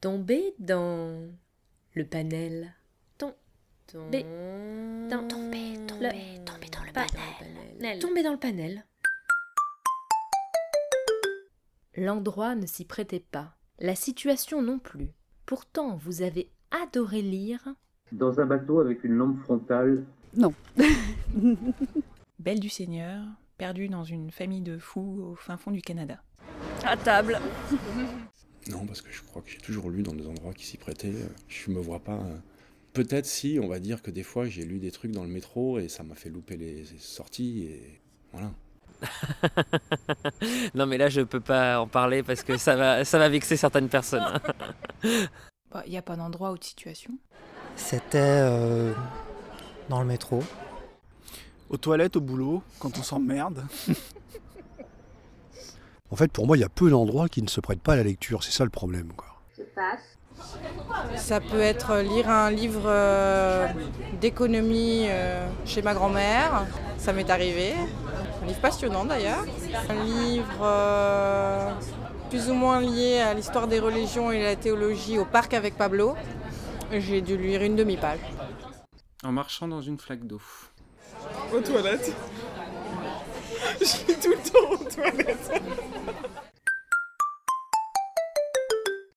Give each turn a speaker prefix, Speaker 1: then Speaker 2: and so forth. Speaker 1: Tomber dans le panel. Tom-
Speaker 2: Tomber
Speaker 1: dans-
Speaker 2: tomber, tomber, tomber dans le
Speaker 1: pas
Speaker 2: panel. Nel.
Speaker 1: Tomber dans le panel. L'endroit ne s'y prêtait pas, la situation non plus. Pourtant, vous avez adoré lire.
Speaker 3: Dans un bateau avec une lampe frontale,
Speaker 4: Belle du Seigneur, perdue dans une famille de fous au fin fond du Canada.
Speaker 2: À table.
Speaker 5: Non, parce que je crois que j'ai toujours lu dans des endroits qui s'y prêtaient. euh, Je me vois pas. euh, Peut-être si, on va dire que des fois j'ai lu des trucs dans le métro et ça m'a fait louper les sorties et voilà.
Speaker 6: non mais là je peux pas en parler parce que ça va, ça va vexer certaines personnes. hein.
Speaker 7: Il n'y Bah, a pas d'endroit ou de situation.
Speaker 8: C'était euh, dans le métro.
Speaker 9: Aux toilettes, au boulot, quand on s'emmerde.
Speaker 10: En fait, pour moi, il y a peu d'endroits qui ne se prêtent pas à la lecture. C'est ça le problème. Quoi.
Speaker 7: Ça peut être lire un livre euh, d'économie euh, chez ma grand-mère. Ça m'est arrivé. Un livre passionnant d'ailleurs. Un livre euh, plus ou moins lié à l'histoire des religions et la théologie au parc avec Pablo. J'ai dû lire une demi-page.
Speaker 11: En marchant dans une flaque d'eau.
Speaker 9: Aux toilettes. Je suis tout le temps aux toilettes.